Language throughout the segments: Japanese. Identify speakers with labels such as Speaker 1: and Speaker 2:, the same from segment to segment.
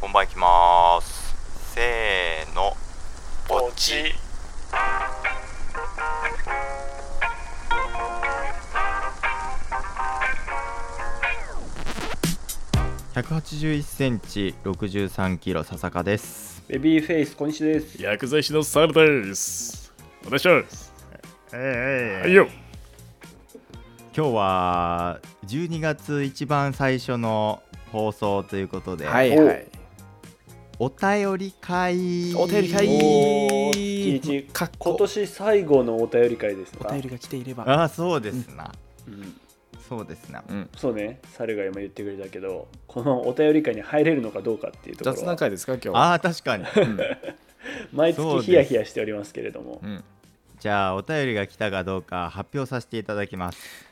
Speaker 1: 本番いきますせーの
Speaker 2: ポチ
Speaker 1: 181センチ63キロ笹香です
Speaker 3: ベビーフェイス、小西です。
Speaker 4: 薬剤師のサルです。お願いします。はいよ。
Speaker 1: 今日は12月一番最初の放送ということで、
Speaker 3: はいはい。
Speaker 1: お便り会
Speaker 5: お便り会
Speaker 3: おー一日
Speaker 5: かっこ
Speaker 3: 今年最後のお便り会です
Speaker 5: お
Speaker 3: か
Speaker 5: 便りが来ていれば
Speaker 1: ああそうですな、
Speaker 3: うん
Speaker 1: そうですな、
Speaker 3: そうね、猿が今言ってくれたけど、このお便り会に入れるのかどうかっていうとこ
Speaker 4: 雑
Speaker 3: ろ
Speaker 4: 談
Speaker 3: は、
Speaker 4: 会ですか今日。
Speaker 1: ああ確かに
Speaker 3: 毎
Speaker 1: そう
Speaker 3: 月
Speaker 1: です
Speaker 3: ヒヤヒヤしておりますけれども
Speaker 4: う、ん。
Speaker 1: じゃあお便りが来たかどうか発表させていただきます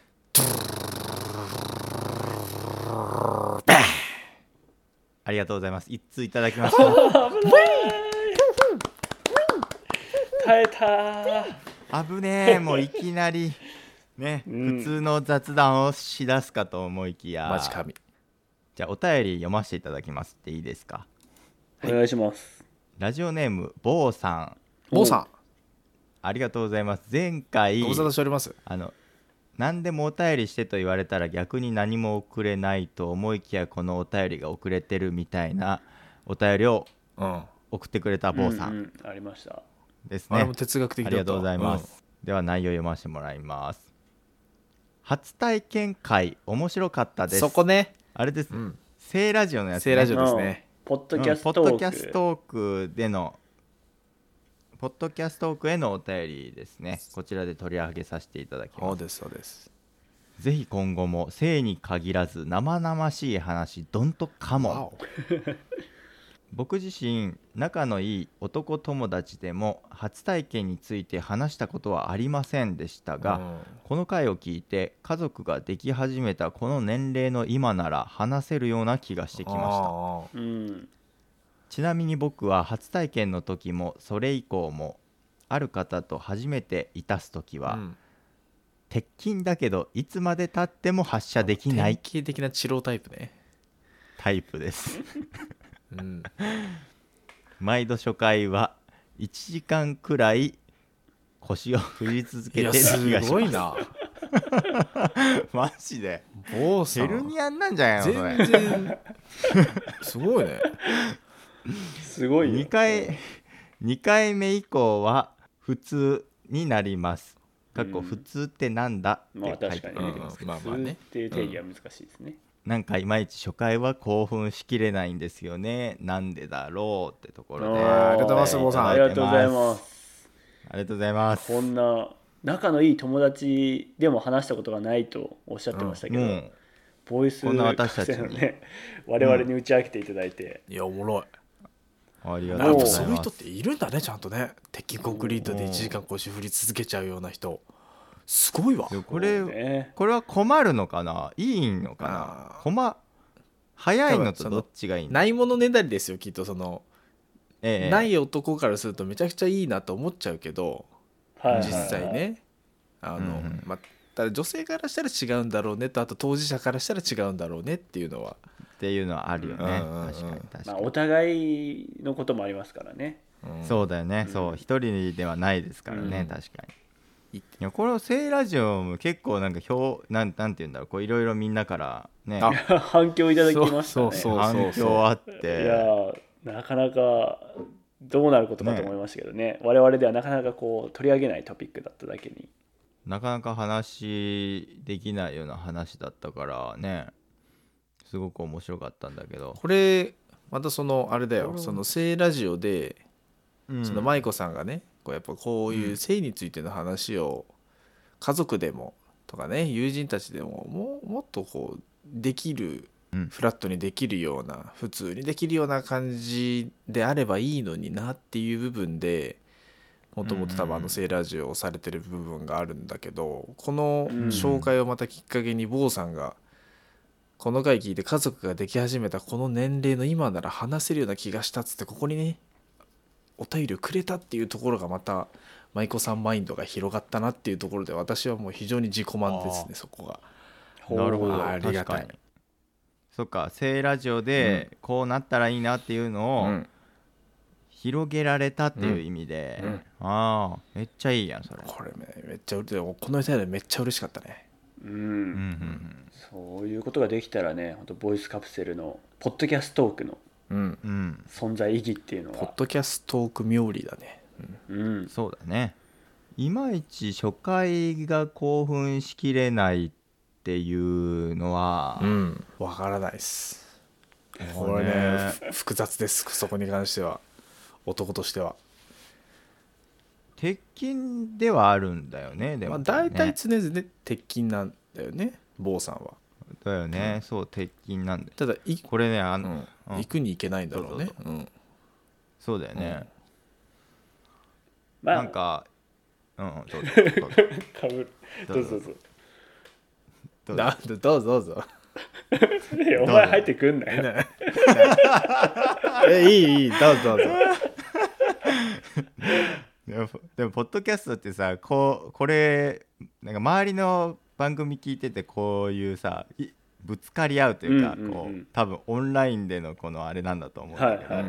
Speaker 1: ありがとうございます一通いただきました
Speaker 3: 耐えたー
Speaker 1: 危ね えもういきなりね、
Speaker 3: うん
Speaker 1: 普通の雑談をしだすかと思いきや
Speaker 4: マジ神。
Speaker 1: じゃあお便り読ませていただきますっていいですか
Speaker 3: お願いします。
Speaker 1: ラジオネーム坊さん
Speaker 4: モーさん、
Speaker 1: ありがとうございます前回
Speaker 4: ご無沙汰しております。
Speaker 1: あの何でもお便りしてと言われたら逆に何も送れないと思いきやこのお便りが遅れてるみたいなお便りを
Speaker 4: うん。
Speaker 1: 送ってくれた坊さ
Speaker 3: うんんうんありました。
Speaker 1: ですね、
Speaker 4: あれも哲学的
Speaker 1: あ
Speaker 4: だ
Speaker 1: りがとうございます、では内容読ませてもらいます初体験会面白かった
Speaker 4: うん
Speaker 1: です
Speaker 4: そこね。
Speaker 1: あれです、
Speaker 4: うん。
Speaker 1: 聖ラジオのやつ、ね、
Speaker 4: 聖ラジオですね。
Speaker 3: ポッ
Speaker 1: う
Speaker 3: ド
Speaker 1: ん
Speaker 3: キャス
Speaker 1: ポ
Speaker 3: ト
Speaker 1: ッドキャストークでのポッドキャストークへのお便りですねこちらで取り上げさせていただき
Speaker 4: そ
Speaker 1: ま
Speaker 4: う
Speaker 1: す
Speaker 4: ですそうです。
Speaker 1: ぜひ今後も性に限らず生々しい話どんとかも
Speaker 4: お。
Speaker 1: 僕自身仲のいい男友達でも初体験について話したことはありませんでしたが、
Speaker 4: うん
Speaker 1: この回を聞いて家族ができ始めたこの年齢の今なら話せるような気がしてきました
Speaker 4: あ
Speaker 3: うん。
Speaker 1: ちなみに僕は初体験の時もそれ以降もある方と初めていたす時
Speaker 4: ー
Speaker 1: は、
Speaker 4: うん
Speaker 1: 鉄筋だけどいつまでたっても発射できない
Speaker 4: 典型的な治療タイプね。
Speaker 1: タイプです
Speaker 4: うん。
Speaker 1: 毎度初回は1時間くらい腰を振り続け
Speaker 4: い
Speaker 1: てる
Speaker 4: や
Speaker 1: 気がし
Speaker 4: す
Speaker 1: ます
Speaker 4: ごいな。
Speaker 1: マジで
Speaker 4: モーさ
Speaker 1: ヘル
Speaker 4: ん。
Speaker 1: ニアになんじゃないのそれ
Speaker 4: 全然。すごいね。
Speaker 3: すごいよ。
Speaker 1: 2回2回目以降は普通になります。かっこ
Speaker 3: うん
Speaker 1: 普通ってなんだっ
Speaker 3: まあ
Speaker 1: て書いて
Speaker 3: 確
Speaker 1: あ
Speaker 3: か
Speaker 1: る、
Speaker 3: に
Speaker 4: うん
Speaker 3: ね
Speaker 4: うんまあ
Speaker 3: 普
Speaker 4: まあ
Speaker 3: 通っ
Speaker 4: ね。
Speaker 3: ていう定義は難しいですね。
Speaker 1: なんかいまいち初回は興奮しきれないんですよねなんでだろうってところで
Speaker 4: あーありがとうございます坊さん
Speaker 3: ありがとうございます。
Speaker 1: ありがとうございます
Speaker 3: こんな仲のいい友達でも話したことがないとおっしゃってましたけど、
Speaker 1: うん
Speaker 3: ボイス
Speaker 1: こんな私たちに
Speaker 3: のね 我々に打ち明けていただいて、
Speaker 4: いやおもろい。
Speaker 1: あり
Speaker 4: や
Speaker 1: がと
Speaker 4: っ
Speaker 1: うご
Speaker 4: ぱ
Speaker 1: ざ
Speaker 4: そ
Speaker 1: いう
Speaker 4: いう
Speaker 1: ま
Speaker 4: 人っ
Speaker 1: す
Speaker 4: ているんだねちゃんとね鉄筋コンクリートで1時間腰振り続けちゃうような人すごいわ
Speaker 1: でもこれ
Speaker 3: ね、
Speaker 1: これは困るのかないいのか
Speaker 4: あ
Speaker 1: な
Speaker 4: ー
Speaker 1: 困早いのとどっちがいいの
Speaker 4: ないものねだりですよきっとその、
Speaker 1: ええ
Speaker 4: ない男からするとめちゃくちゃいいなと思っちゃうけど
Speaker 3: はいはいはい
Speaker 4: 実際ねあの、
Speaker 1: うんうん
Speaker 4: まただ女性からしたら違うんだろうねとあと当事者からしたら違うんだろうねっていうのは
Speaker 1: っていうのはあるよね、
Speaker 4: うんうんうん
Speaker 1: 確かに確か
Speaker 3: まあ、
Speaker 1: に、
Speaker 3: お互いのこともありますからね
Speaker 4: う
Speaker 1: そうだよね、
Speaker 3: ん
Speaker 1: そう一人ではないですからね、
Speaker 3: うん
Speaker 1: 確かにい
Speaker 4: い
Speaker 1: やこれを「聖ラジオ」も結構なんか表なんなんて言うんだろうこういろいろみんなからね
Speaker 4: あ
Speaker 3: 反響いただきましたね
Speaker 4: そうそうそう
Speaker 1: 反響あっ
Speaker 3: い
Speaker 1: て
Speaker 3: やーなかなかどうなることかと思いましたけどね我々ではなかなかこう取り上げないトピックだっただけに
Speaker 1: なかなか話できないような話だったからねすごく面白かったんだけど、
Speaker 4: これまたそのあれだよその性ラジオで
Speaker 1: うん
Speaker 4: その舞子さんがねこうやっぱこういう性についての話を家族でもとかね友人たちでももうもっとこうできる
Speaker 1: うん
Speaker 4: フラットにできるような普通にできるような感じであればいいのになっていう部分でもともと多分
Speaker 1: うんうん
Speaker 4: あ
Speaker 1: うん
Speaker 4: の「性ラジオ」をされてる部分があるんだけどこの
Speaker 3: うん
Speaker 4: 紹介をまたきっかけに坊さんがこの回聞いて家族ができ始めたこの年齢の今なら話せるような気がしたっつってここにねお便りをくれたっていうところがまた舞妓さんマインドが広がったなっていうところで私はもう非常に自己満ですねそこが。
Speaker 1: なるほど
Speaker 4: あり
Speaker 1: 確
Speaker 4: がた
Speaker 1: か
Speaker 4: い
Speaker 1: にそっか聖ラジオでこうなったらいいなっていう
Speaker 4: う
Speaker 1: のを
Speaker 4: ん、
Speaker 1: 広げられたっていう意味で、
Speaker 4: うんうん
Speaker 1: ああめっちゃいいやんそれ、
Speaker 4: これねめっちゃ嬉しいこの歌でめっちゃ嬉しかったね
Speaker 3: うん、
Speaker 1: うんうん
Speaker 3: そういうことができたらね本当ボイスカプセルのポッドキャストトークの
Speaker 4: うん
Speaker 1: うん、うん、
Speaker 3: 存在意義っていうの
Speaker 4: ポッ
Speaker 3: は、
Speaker 4: ドキャストーク冥利だね、うん
Speaker 3: うん、
Speaker 1: そうだねいまいち初回が興奮しきれないっていうのは、
Speaker 4: うん、わからないっすこれねふ複雑ですそこに関しては男としては、
Speaker 1: 鉄筋ではあるんだよねでも
Speaker 4: まあ、
Speaker 1: ね、
Speaker 4: 大体常々ね鉄筋なんだよね坊さんは
Speaker 1: だよねそう鉄筋なんで
Speaker 4: ただい、
Speaker 1: これねあ
Speaker 4: うん
Speaker 1: の、うん
Speaker 4: 行くに行けないんだろうね
Speaker 1: そう
Speaker 4: うん
Speaker 1: そうだよね、
Speaker 3: まあ
Speaker 1: なんかうんどうぞどうぞ
Speaker 3: かぶる
Speaker 1: ど
Speaker 3: ど
Speaker 1: う
Speaker 3: う
Speaker 1: ぞ
Speaker 3: ぞ
Speaker 1: どうぞ
Speaker 3: どうぞ
Speaker 4: なんでどうぞどうぞ
Speaker 3: い やお前入ってくんなよ
Speaker 4: えいいいいどうぞどうぞ
Speaker 1: でもでもポッドキャストってさこうこれなんか周りの番組聞いててこういうさいぶつかり合うというか、
Speaker 3: うんうんうん
Speaker 1: こう多分オンラインでのこのあれなんだと思うんだけど、
Speaker 3: はい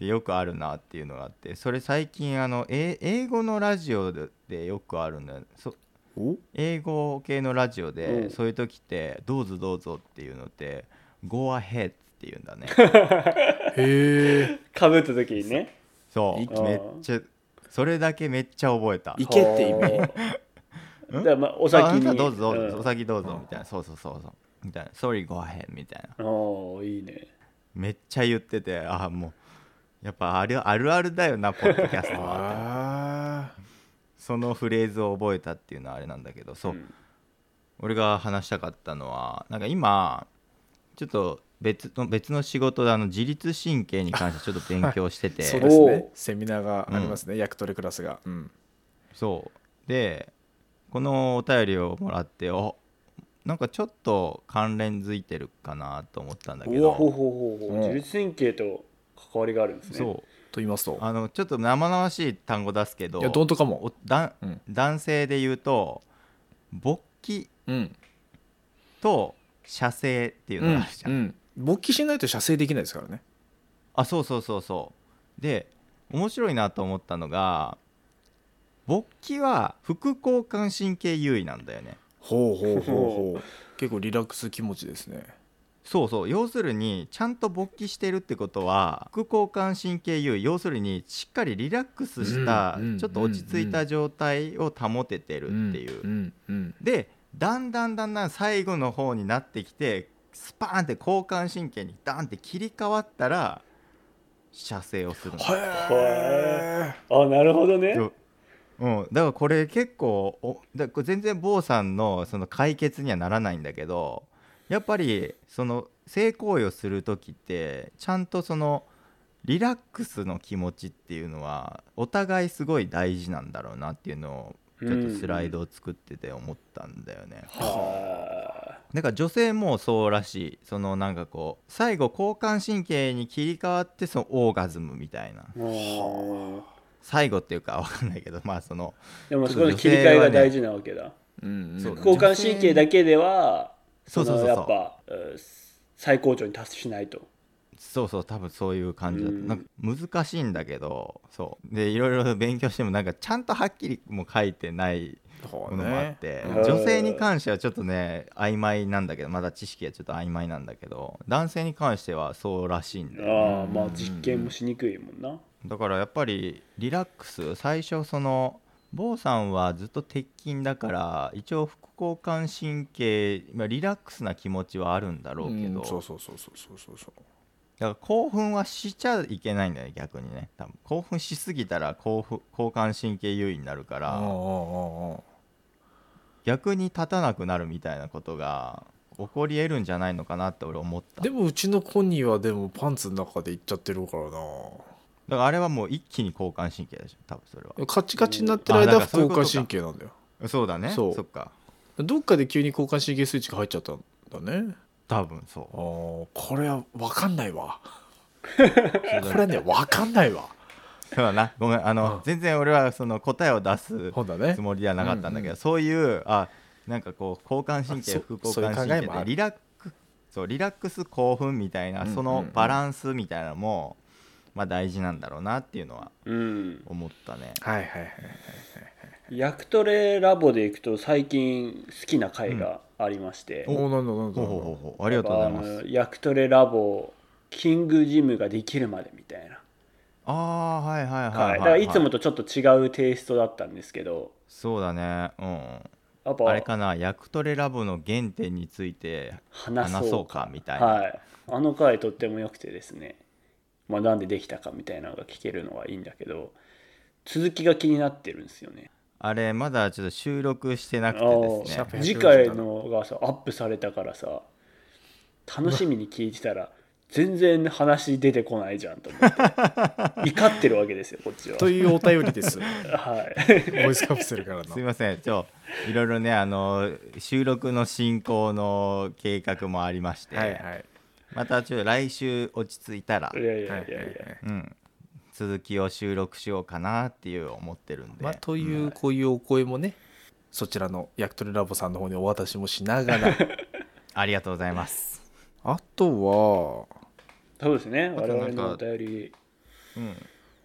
Speaker 1: でよくあるなっていうのがあってそれ最近あのえ英語のラジオででよくあるんだよねそ
Speaker 4: お
Speaker 1: 英語系のラジオで、
Speaker 3: うん
Speaker 1: そういう時って「どうぞどうぞ」っていうのって「Go ahead」っていうんだね
Speaker 4: へえ
Speaker 3: かぶった時にね
Speaker 1: そう
Speaker 4: い
Speaker 1: めっちゃそれだけめっちゃ覚えた
Speaker 4: いけって意味
Speaker 3: ほうだからまあお先
Speaker 1: ああなた
Speaker 3: に
Speaker 1: どうぞどうぞ、
Speaker 3: ん
Speaker 1: お先どう
Speaker 4: う
Speaker 1: ぞ
Speaker 4: ん
Speaker 1: みたいなそうそうそうそうみたいな「Sorry go ahead」みたいな
Speaker 3: おーいいね
Speaker 1: めっちゃ言っててああもうやっぱあるあるあるだよなポッドキャストは
Speaker 4: あ
Speaker 1: そのフレーズを覚えたっていうのはあれなんだけどそう、
Speaker 3: ん
Speaker 1: 俺が話したかったのはなんか今ちょっと別の別の仕事であの自律神経に関してちょっと勉強してて、
Speaker 4: あ
Speaker 1: そ
Speaker 4: そうう
Speaker 1: で
Speaker 4: です
Speaker 3: お
Speaker 4: ねセミナーがありますね、役取りクラスが、うん、
Speaker 1: このお便りをもらっておなんかちょっと関連づいてるかなと思ったんだけ
Speaker 4: う
Speaker 3: ほう
Speaker 1: ど
Speaker 4: わ
Speaker 3: ほうほうほう
Speaker 4: うん
Speaker 3: 自律神経と関わりがあるんですね
Speaker 1: そう
Speaker 4: と言いますと
Speaker 1: あのちょっと生々しい単語出すけど
Speaker 4: いやどんとかも
Speaker 1: おだ
Speaker 4: うん
Speaker 1: 男性で言うと勃起
Speaker 4: うん
Speaker 1: と射精っていうのがあるじゃん、
Speaker 4: うんうん、勃起しないと射精できないですからね
Speaker 1: あそうそうそうそうで面白いなと思ったのが勃起は副交感神経優位なんだよね
Speaker 4: ほうほ
Speaker 3: ほ
Speaker 4: う
Speaker 3: うほ
Speaker 4: う結構リラックス気持ちですね
Speaker 1: そうそう要するにちゃんと勃起してるってことは副交感神経優位要するにしっかりリラックスした、
Speaker 4: うんうん
Speaker 1: ちょっと落ち着いた状態を保ててるっていう、
Speaker 4: んうん
Speaker 1: でだんだんだんだん最後の方になってきてスパーンって交感神経にダンって切り替わったら射精をするの
Speaker 4: へ
Speaker 3: あなるほどね
Speaker 1: ようん、だからこれ結構おだこれ全然坊さんのその解決にはならないんだけどやっぱりその性行為をする時ってちゃんとそのリラックスの気持ちっていうのはお互いすごい大事なんだろうなっていうのをちょっとスライドを作ってて思ったんだよね。
Speaker 3: は
Speaker 1: だから女性もそうらしいそのなんかこう最後交感神経に切り替わってそのオーガズムみたいな
Speaker 3: あもう
Speaker 1: 最後っていうかわかんないけどまあその
Speaker 3: でもそこの切り替えが大事なわけだ、
Speaker 4: うんうん
Speaker 1: そうだね
Speaker 3: 交感神経だけでは
Speaker 1: そうそうそうそう
Speaker 3: のやっぱうん最高潮に達しないと
Speaker 1: そうそう多分そういう感じだった
Speaker 3: うん
Speaker 1: なんか難しいんだけどそうでいろいろ勉強してもなんかちゃんとはっきりも書いてない
Speaker 4: そ
Speaker 1: も
Speaker 4: う
Speaker 1: の
Speaker 4: ね
Speaker 1: もあって、
Speaker 4: うん
Speaker 1: 女性に関してはちょっとね曖昧なんだけどまだ知識がちょっと曖昧なんだけど男性に関してはそうらしいんだよ
Speaker 3: ああ
Speaker 4: うん
Speaker 3: まあ実験もしにくいもんな
Speaker 1: だからやっぱりリラックス最初その坊さんはずっと鉄筋だから一応副交感神経、まあ、リラックスな気持ちはあるんだろうけど、
Speaker 4: うんそうそうそうそうそうそうそう
Speaker 1: だから興奮はしちゃいけないんだよね逆にね多分興奮しすぎたら興奮交感神経優位になるか
Speaker 4: あああ
Speaker 1: ら逆に立たなくなるみたいなことが起こり得るんじゃないのかなって俺思った
Speaker 4: で
Speaker 1: だか
Speaker 4: もうちのコニーはでもパンツの中でいっちゃってるからな
Speaker 1: らあれはもう一気に交感神経でしょ多分それ
Speaker 4: カチカチになってる
Speaker 1: あだ
Speaker 4: 間
Speaker 1: から
Speaker 4: は
Speaker 1: そういう
Speaker 4: 交
Speaker 1: ことか
Speaker 4: 感神経なんだよ
Speaker 1: はそうだね
Speaker 4: そう
Speaker 1: そっか
Speaker 4: どっかで急に交感神経スイッチが入っちゃったんだね
Speaker 1: 多分そ
Speaker 4: ああ
Speaker 1: う
Speaker 4: これは分かんな いわこれね分かんないわ
Speaker 1: そうだなごめんあの、
Speaker 4: うん
Speaker 1: 全然俺はその答えを出す
Speaker 4: ほんだね
Speaker 1: つもりではなかったんだけど、そういうあなんかこう交感神経
Speaker 4: あそ
Speaker 1: 副交感
Speaker 4: そういう
Speaker 1: 神
Speaker 4: 考え
Speaker 1: 経
Speaker 4: もあ
Speaker 1: で
Speaker 4: る
Speaker 1: リラックそうリラックス興奮みたいな
Speaker 4: うん
Speaker 1: そ
Speaker 4: うん
Speaker 1: の
Speaker 4: うん
Speaker 1: バランスみたいなのも、まあ、大事なんだろうなっていうのは
Speaker 3: うん
Speaker 1: 思ったね
Speaker 4: はいはいはい
Speaker 3: ヤクトレラボでいくと最近好きな回がありまして、
Speaker 1: お
Speaker 4: おおなんだなんだ
Speaker 1: ほう
Speaker 4: なんだ
Speaker 1: ほうほうほうありがとうございま
Speaker 3: やっぱあ
Speaker 1: す
Speaker 3: のヤクトレラボキングジムができるまでみたいな
Speaker 1: ああはいはいはい
Speaker 3: はい、
Speaker 1: は
Speaker 3: だ
Speaker 1: い、
Speaker 3: からいつもとちょっと違うテイストだったんですけど
Speaker 1: そうだねう
Speaker 3: やっ
Speaker 1: んあれか
Speaker 3: ぱ
Speaker 1: なヤクトレラボの原点について
Speaker 3: 話そう
Speaker 1: 話そうかみたいな、
Speaker 3: はい、あの回とっても良くてですね、まあ、なんでできたかみたいなのが聞けるのはいいんだけど続きが気になってるんですよね
Speaker 1: あれまだちょっと収録してなくてです
Speaker 3: あ
Speaker 1: ね
Speaker 3: ー
Speaker 4: シャープ
Speaker 3: 次回のがさアップされたからさ楽しみに聞いてたら全然話出てこないじゃんと思 って怒ってるわけですよこっちは
Speaker 4: というお便 りです。
Speaker 3: はい
Speaker 4: ボイスカプセルからの
Speaker 1: すい。ませんちょいろいろねあの収録の進行の計画もありまして、
Speaker 4: はいはい。
Speaker 1: またちょっと来週落ち着いたら
Speaker 3: いやい
Speaker 4: はいは
Speaker 3: やい
Speaker 4: い
Speaker 3: や
Speaker 4: はいい
Speaker 1: うん、続きを収録しようかなっていう思ってるんで、
Speaker 4: まあ、というこういうお声もね、そちらのヤクトレラボさんの方にお渡しもしながら
Speaker 1: ありがとうございます、
Speaker 4: あとは
Speaker 3: やそうですね
Speaker 1: あ
Speaker 3: 我
Speaker 1: とな
Speaker 3: 々
Speaker 1: んか
Speaker 3: のお便り
Speaker 1: うん、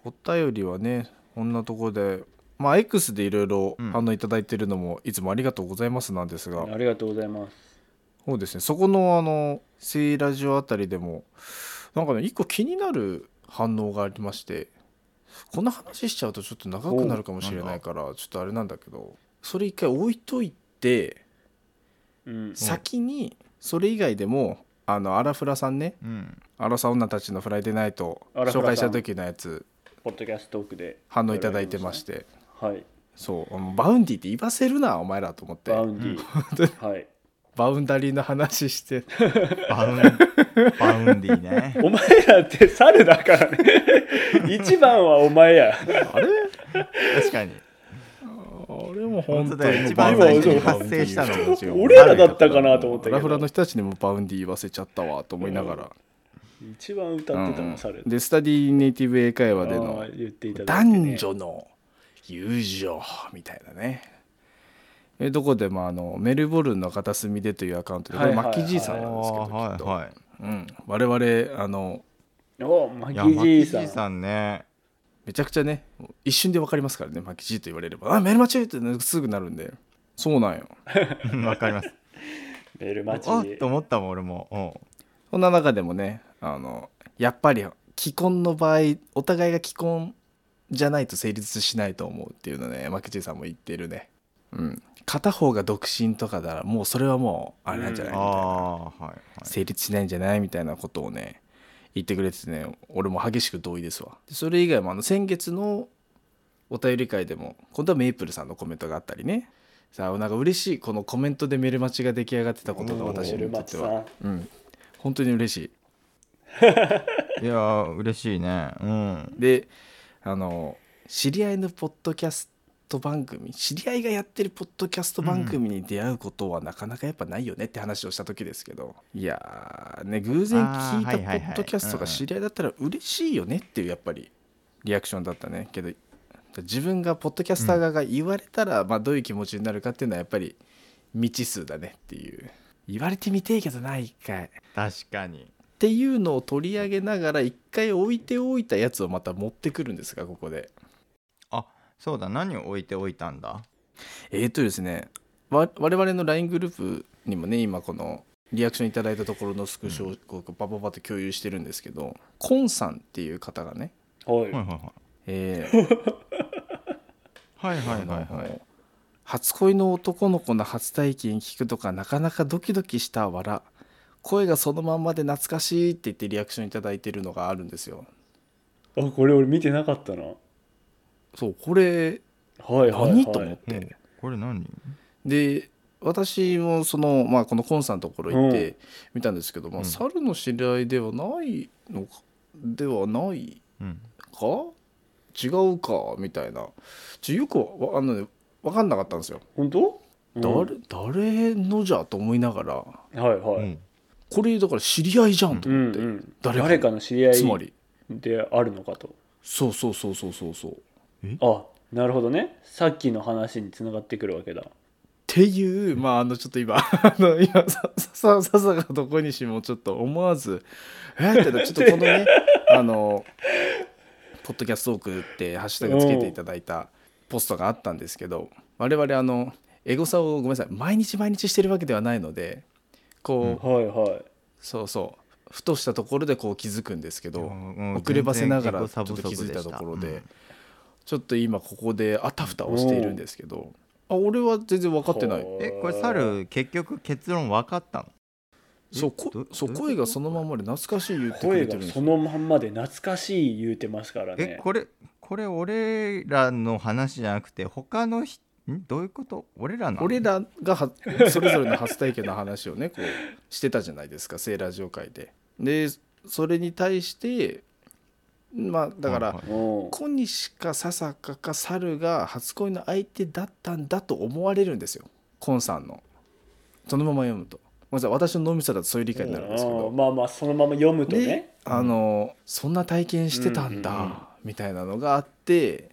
Speaker 4: お便りはねこんなところで、まあ、X でいろいろ
Speaker 1: うん
Speaker 4: 反応いただいてるのもいつもありがとうございますなんですが、
Speaker 3: ありがとうございます
Speaker 4: そうですねそこのあの「聖ラジオ」あたりでもなんかね一個気になる反応がありましてこんな話しちゃうとちょっと長くなるかもしれないからちょっとあれなんだけどそれ一回置いといて
Speaker 3: うん
Speaker 4: 先にそれ以外でもあのアラフラさんね
Speaker 1: うん、
Speaker 4: アラサ女たちの「フライデーナイト」
Speaker 3: アラフラさ
Speaker 4: 紹
Speaker 3: ん
Speaker 4: 介した時のやつ
Speaker 3: ポッドキャストトークで
Speaker 4: 反応いただいてまして
Speaker 3: はい
Speaker 4: そうもうバウンディって言わせるなお前らと思って
Speaker 3: バウンディ、はい
Speaker 4: バウンダリーの話して
Speaker 1: バウンバウンディ ね
Speaker 3: お前らって猿だからね一番はお前や
Speaker 4: あれ
Speaker 1: 確かに
Speaker 4: あれも本
Speaker 1: 本
Speaker 4: 当
Speaker 1: 当
Speaker 4: に
Speaker 1: だよ一番最初に発生したのも
Speaker 3: 俺らだったかなと思った
Speaker 4: ア
Speaker 3: け
Speaker 4: ラフラの
Speaker 3: ど
Speaker 4: 人たちにもバウンディ言わせちゃったわと思いながら、
Speaker 3: 一番歌ってた
Speaker 4: うん
Speaker 3: の猿
Speaker 4: でスタディネイティブ英会話で
Speaker 3: あ
Speaker 4: の
Speaker 3: ー言っていただいてね、
Speaker 4: 男女の友情みたいなねえどこでもあのメルボルンの片隅でというアカウントでこ
Speaker 3: は
Speaker 4: れ
Speaker 3: いはい
Speaker 4: マ
Speaker 3: はい
Speaker 4: ッキーじいさんなんですけど、きっ
Speaker 1: はい
Speaker 4: と
Speaker 1: はい
Speaker 4: うん、我々あの
Speaker 3: おマ
Speaker 1: い
Speaker 3: キ
Speaker 1: やマ
Speaker 3: じ
Speaker 1: キ
Speaker 3: いさ
Speaker 1: ジ
Speaker 3: ん
Speaker 1: さんね
Speaker 4: めちゃくちゃね一瞬で分かりますからねマッキーじいと言われればあメール待ちってすぐなるんでそうなんよ
Speaker 1: わかります
Speaker 3: メール
Speaker 1: あ
Speaker 3: マ
Speaker 1: っ
Speaker 3: チジ
Speaker 1: と思ったもん俺も
Speaker 4: そんな中でもねあのやっぱり既婚の場合お互いが既婚じゃないと成立しないと思うっていうのねマッキーじいさんも言ってるねうん片方が独身とかならもうそれはもうあれなんじゃ
Speaker 1: う
Speaker 4: なんいみたいな、
Speaker 1: ああーはい
Speaker 4: 成立しないんじゃないみたいなことをね言ってくれててね俺も激しく同意ですわでそれ以外もあの先月のお便り会でも今度はメイプルさんのコメントがあったりねさあなんか嬉しいこのコメントでメルマチが出来上がってたことが私
Speaker 3: メ
Speaker 4: に
Speaker 3: ル
Speaker 4: と
Speaker 3: マ
Speaker 4: っ
Speaker 3: チ
Speaker 4: て
Speaker 3: さ
Speaker 4: は
Speaker 3: ん
Speaker 4: うん本当に嬉しい
Speaker 1: はいいやー嬉しいねうん
Speaker 4: であの知り合いのポッドキャスト番組知り合いがやってるポッドキャスト番組に出会うことはなかなかやっぱないよねって話をした時ですけど、いやーね偶然聞い
Speaker 1: あ
Speaker 4: た
Speaker 1: ーは
Speaker 4: ポ
Speaker 1: いはいはい
Speaker 4: ッドキャストが知り合いだったら嬉しいよねっていうやっぱりリアクションだったねけど自分がポッドキャスター側が言われたら、まあ、どういう気持ちになるかっていうのはやっぱり未知数だねっていう言われてみてえけどな一回
Speaker 1: 確かに
Speaker 4: っていうのを取り上げながら一回置いておいたやつをまた持ってくるんですがここで
Speaker 1: そうだ何を置いておいたんだ
Speaker 4: えー、とですねわ我々の LINE グループにもね今このリアクションいただいたところのスクショをこうパパパって共有してるんですけどコンさんっていう方がね、
Speaker 3: は
Speaker 1: はい
Speaker 3: い
Speaker 1: は
Speaker 4: え ー
Speaker 1: いはいはい
Speaker 4: あの
Speaker 1: はいはい
Speaker 4: 初恋の男の子の初体験聞くとかなかなかドキドキしたわら声がそのまんまで懐かしいって言ってリアクションいただいてるのがあるんですよ
Speaker 3: あこれ俺見てなかったなはい
Speaker 4: そうこれ
Speaker 3: はい、はい、
Speaker 4: 何と思って、
Speaker 1: うんこれ何
Speaker 4: で私もその、まあ、このコンさんのところ行って見たんですけど、ま
Speaker 1: う
Speaker 4: あ、
Speaker 1: ん
Speaker 4: 猿の知り合いではないのかではない
Speaker 1: うん
Speaker 4: か違うかみたいなちょよくわあの、ね、分かんなかったんですよ、
Speaker 3: 本当、うん
Speaker 4: 誰誰のじゃと思いながら
Speaker 3: はいは
Speaker 1: う
Speaker 3: い、
Speaker 1: ん
Speaker 4: これだから知り合いじゃんと
Speaker 3: うん
Speaker 4: 思って、
Speaker 3: うん
Speaker 4: 誰
Speaker 3: 誰
Speaker 4: か
Speaker 3: かの知り合い
Speaker 4: つまり
Speaker 3: であるのかと
Speaker 4: そうそうそうそうそうそうっ
Speaker 3: あなるほどねさっきの話につながってくるわけだ
Speaker 4: っていうまああのちょっと今あの今ささささがどこにしもちょっと思わずえーってなちょっとこの ねあのポッドキャストトークってハッシュタグつけていただいたポストがあったんですけど我々あのエゴサをごめんなさい毎日毎日してるわけではないのでこう、
Speaker 3: はいはい
Speaker 4: そうそうふとしたところでこう気づくんですけ
Speaker 1: う
Speaker 4: ど、
Speaker 1: んうん
Speaker 4: 遅ればせながらちょ
Speaker 1: 全
Speaker 4: っと
Speaker 1: 然
Speaker 4: 気
Speaker 1: 結構
Speaker 4: づいたとこ
Speaker 1: サ
Speaker 4: ろで、
Speaker 1: ボサボでした
Speaker 4: ちょっと今ここであたふたをしているんですけど、あ俺は全然分かってない
Speaker 1: えこれ猿結局結論分かったの
Speaker 4: そう
Speaker 1: えど
Speaker 4: こそう
Speaker 1: どう
Speaker 4: 声
Speaker 1: いうこと
Speaker 4: がそのまんまで懐かしい言ってく
Speaker 3: 声
Speaker 4: れてるん
Speaker 3: が
Speaker 4: で
Speaker 3: そ
Speaker 4: すよ
Speaker 3: のまんまで懐かしい言うてますから
Speaker 1: え
Speaker 3: ね
Speaker 1: これこれ俺らの話じゃなくて他のひんどういうこと俺らの
Speaker 4: 俺らがはそれぞれの初体験の話をねこうしてたじゃないですか聖ラジオ会で。でそれに対してまあだから、
Speaker 1: はいはい
Speaker 3: うん
Speaker 4: 小西か笹かか猿が初恋の相手だったんだと思われるんですよコンさんのそのまま読むとごめんなさい私の脳みそだとそういう理解になるんですけ
Speaker 3: う
Speaker 4: ど
Speaker 3: んまあまあそのまま読むとね
Speaker 4: であのそんな体験してたん
Speaker 3: うんうんうん
Speaker 4: だみたいなのがあって